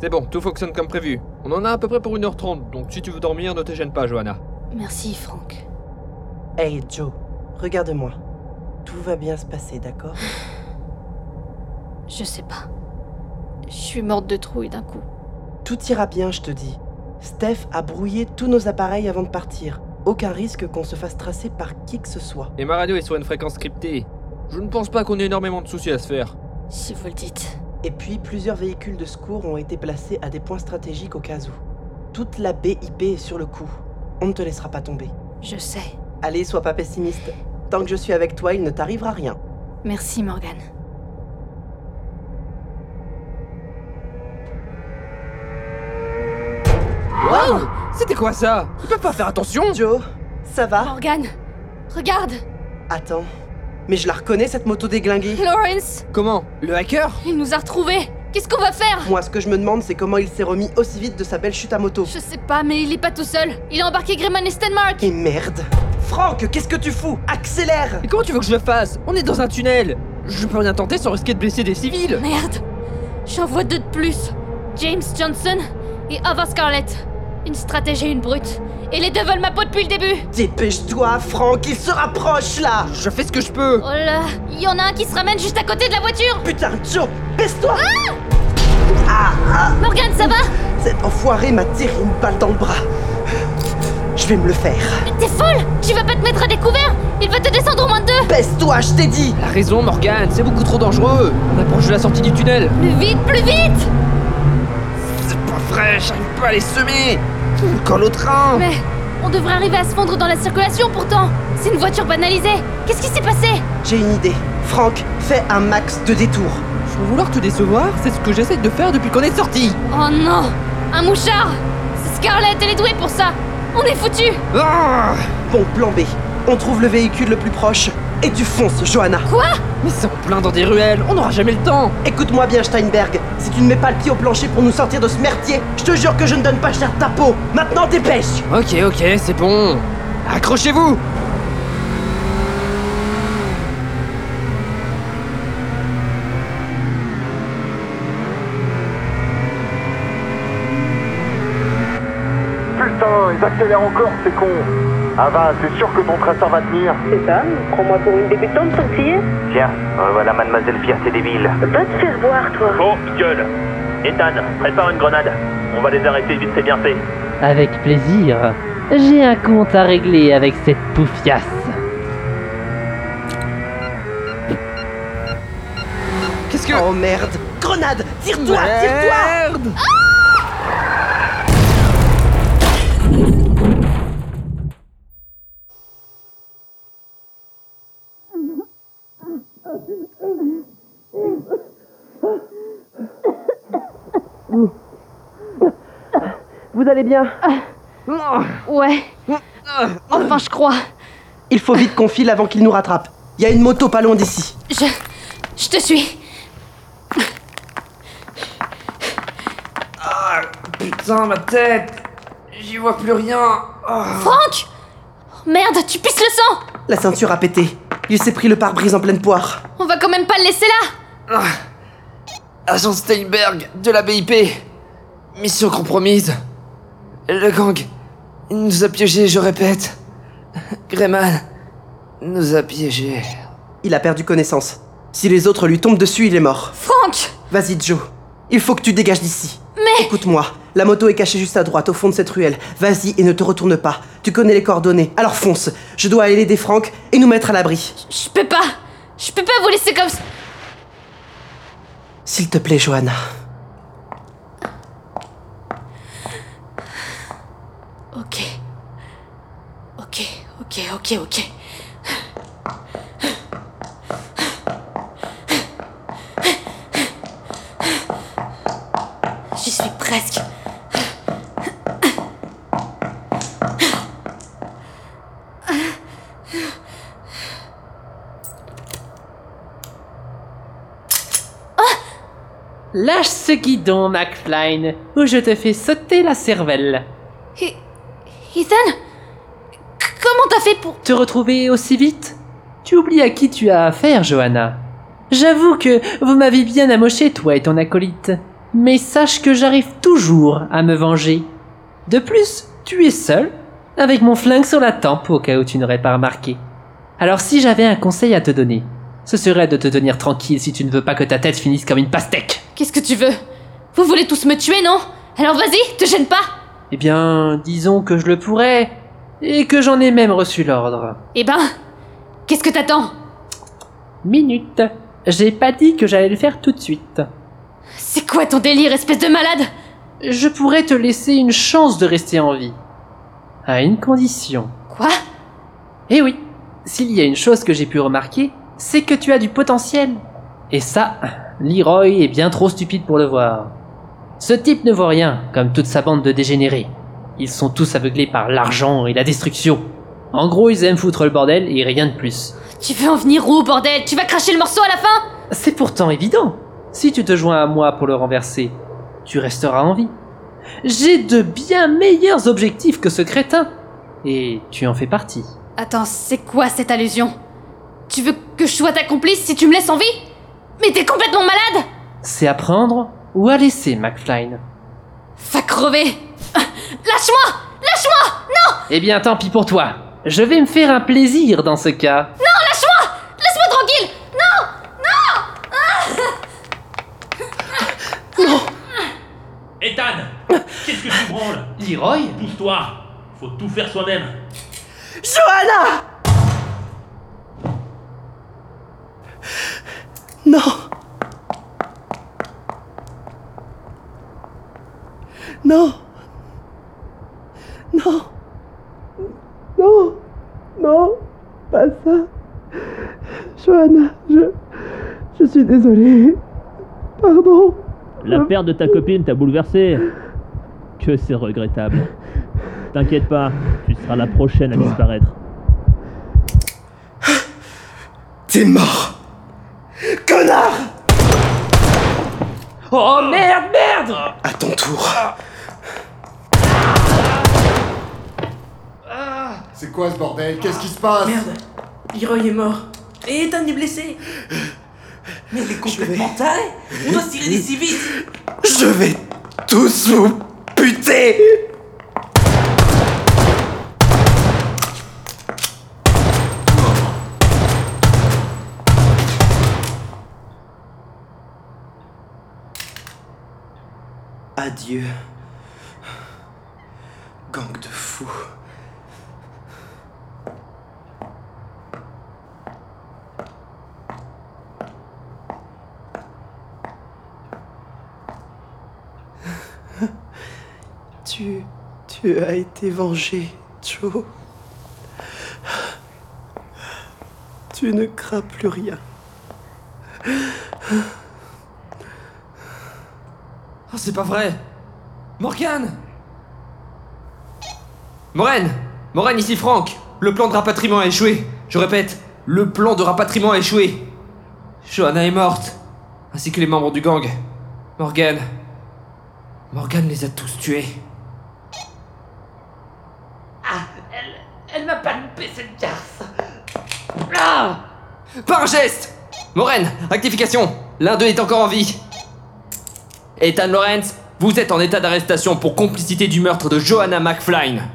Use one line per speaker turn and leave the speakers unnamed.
C'est bon, tout fonctionne comme prévu. On en a à peu près pour 1h30, donc si tu veux dormir, ne te gêne pas, Johanna.
Merci, Franck.
Hey Joe, regarde-moi. Tout va bien se passer, d'accord
Je sais pas. Je suis morte de trouille d'un coup.
Tout ira bien, je te dis. Steph a brouillé tous nos appareils avant de partir. Aucun risque qu'on se fasse tracer par qui que ce soit.
Et ma radio est sur une fréquence cryptée. Je ne pense pas qu'on ait énormément de soucis à se faire.
Si vous le dites.
Et puis, plusieurs véhicules de secours ont été placés à des points stratégiques au cas où. Toute la BIP est sur le coup. On ne te laissera pas tomber.
Je sais.
Allez, sois pas pessimiste. Tant que je suis avec toi, il ne t'arrivera rien.
Merci, Morgane.
Wow C'était quoi ça Ils peuvent pas faire attention
Joe, ça va
Morgane Regarde
Attends. Mais je la reconnais, cette moto déglinguée.
Lawrence
Comment Le hacker
Il nous a retrouvés Qu'est-ce qu'on va faire
Moi, ce que je me demande, c'est comment il s'est remis aussi vite de sa belle chute à moto.
Je sais pas, mais il est pas tout seul. Il a embarqué Greyman et Stenmark
Et merde Franck, qu'est-ce que tu fous Accélère
Mais comment tu veux que je le fasse On est dans un tunnel Je peux rien tenter sans risquer de blesser des civils
Merde J'en vois deux de plus. James Johnson et Ava Scarlett. Une stratège et une brute. Et les deux veulent ma peau depuis le début
Dépêche-toi, Franck, il se rapproche là
Je fais ce que je peux
Oh là Il y en a un qui se ramène juste à côté de la voiture
Putain, Joe, baisse-toi
Morgane, ça va
Cet enfoiré m'a tiré une balle dans le bras. Je vais me le faire.
Mais T'es folle Tu vas pas te mettre à découvert Il va te descendre au moins de deux
Baisse-toi, je t'ai dit
T'as raison, Morgane, c'est beaucoup trop dangereux On approche de la sortie du tunnel
Plus vite, plus vite
C'est pas vrai, j'arrive pas à les semer Quand le train
Mais on devrait arriver à se fondre dans la circulation pourtant C'est une voiture banalisée Qu'est-ce qui s'est passé
J'ai une idée. Franck, fais un max de détours.
Sans vouloir te décevoir, c'est ce que j'essaie de faire depuis qu'on est sorti
Oh non Un mouchard C'est Scarlett, elle est douée pour ça On est foutus
ah
Bon, plan B. On trouve le véhicule le plus proche et tu fonces, Johanna.
Quoi
Mais c'est en plein dans des ruelles, on n'aura jamais le temps
Écoute-moi bien, Steinberg. Si tu ne mets pas le pied au plancher pour nous sortir de ce merdier, je te jure que je ne donne pas cher de ta peau. Maintenant, dépêche
Ok, ok, c'est bon Accrochez-vous
Putain, ils accélèrent encore, c'est con. Ah bah, c'est sûr que ton traceur va tenir.
C'est ça Prends-moi pour une débutante, sanglier
Tiens, euh, voilà Mademoiselle Fierté débile.
Va te faire voir, toi.
Bon, gueule Ethan, prépare une grenade. On va les arrêter vite, c'est bien fait.
Avec plaisir. J'ai un compte à régler avec cette poufiasse.
Qu'est-ce que...
Oh merde Grenade Tire-toi Tire-toi
Merde
Vous allez bien
Ouais. Enfin, je crois.
Il faut vite qu'on file avant qu'il nous rattrape. Il y a une moto pas loin d'ici.
Je. Je te suis.
Putain, ma tête J'y vois plus rien
Franck Oh, Merde, tu pisses le sang
La ceinture a pété. Il s'est pris le pare-brise en pleine poire.
On va quand même pas le laisser là
Ah.
Agent Steinberg de la BIP. Mission compromise. Le gang il nous a piégés, je répète. Greyman nous a piégés.
Il a perdu connaissance. Si les autres lui tombent dessus, il est mort.
Franck
Vas-y, Joe. Il faut que tu dégages d'ici.
Mais-
Écoute-moi. La moto est cachée juste à droite, au fond de cette ruelle. Vas-y et ne te retourne pas. Tu connais les coordonnées. Alors fonce. Je dois aller aider Franck et nous mettre à l'abri.
Je peux pas Je peux pas vous laisser comme ça
S'il te plaît, Johanna.
Ok. Ok, ok, ok, ok. J'y suis presque.
Lâche ce guidon, McFlyne, ou je te fais sauter la cervelle.
E- Ethan C- Comment t'as fait pour...
Te retrouver aussi vite Tu oublies à qui tu as affaire, Johanna. J'avoue que vous m'avez bien amoché, toi et ton acolyte. mais sache que j'arrive toujours à me venger. De plus, tu es seul, avec mon flingue sur la tempe au cas où tu n'aurais pas remarqué. Alors si j'avais un conseil à te donner, ce serait de te tenir tranquille si tu ne veux pas que ta tête finisse comme une pastèque.
Qu'est-ce que tu veux Vous voulez tous me tuer, non Alors vas-y, te gêne pas
Eh bien, disons que je le pourrais, et que j'en ai même reçu l'ordre.
Eh ben, qu'est-ce que t'attends
Minute. J'ai pas dit que j'allais le faire tout de suite.
C'est quoi ton délire, espèce de malade
Je pourrais te laisser une chance de rester en vie. À une condition.
Quoi
Eh oui, s'il y a une chose que j'ai pu remarquer, c'est que tu as du potentiel. Et ça, Leroy est bien trop stupide pour le voir. Ce type ne voit rien, comme toute sa bande de dégénérés. Ils sont tous aveuglés par l'argent et la destruction. En gros, ils aiment foutre le bordel et rien de plus.
Tu veux en venir où, bordel Tu vas cracher le morceau à la fin
C'est pourtant évident. Si tu te joins à moi pour le renverser, tu resteras en vie. J'ai de bien meilleurs objectifs que ce crétin. Et tu en fais partie.
Attends, c'est quoi cette allusion Tu veux que je sois ta complice si tu me laisses en vie Mais t'es complètement malade
C'est à prendre ou à laisser, McFlyne.
Va crever Ah, Lâche-moi Lâche-moi
Eh bien, tant pis pour toi. Je vais me faire un plaisir dans ce cas.
Laisse-moi tranquille
Ethan Qu'est-ce que tu branles
Leroy
Pousse-toi Faut tout faire soi-même
Johanna Non Non Non Non Non Pas ça Johanna, je... Je suis désolée. Pardon.
La perte de ta copine t'a bouleversé. Que c'est regrettable. T'inquiète pas, tu seras la prochaine à disparaître.
T'es mort Connard
Oh merde, merde
À ton tour.
C'est quoi ce bordel Qu'est-ce qui se passe
Merde, Leroy est mort. Et Ethan est blessé. Mais il est complètement taré. On doit se tirer d'ici vite.
Je vais tous vous buter Adieu, gang de fous. Tu, tu as été vengé, Joe. Tu ne crains plus rien.
Oh, c'est pas vrai Morgane Morène Morène, ici Franck Le plan de rapatriement a échoué Je répète, le plan de rapatriement a échoué Johanna est morte, ainsi que les membres du gang. Morgane. Morgane les a tous tués.
Ah, Elle m'a pas loupé cette garce Ah
Par un geste Morène, rectification L'un d'eux est encore en vie Ethan Lawrence, vous êtes en état d'arrestation pour complicité du meurtre de Johanna McFlyne.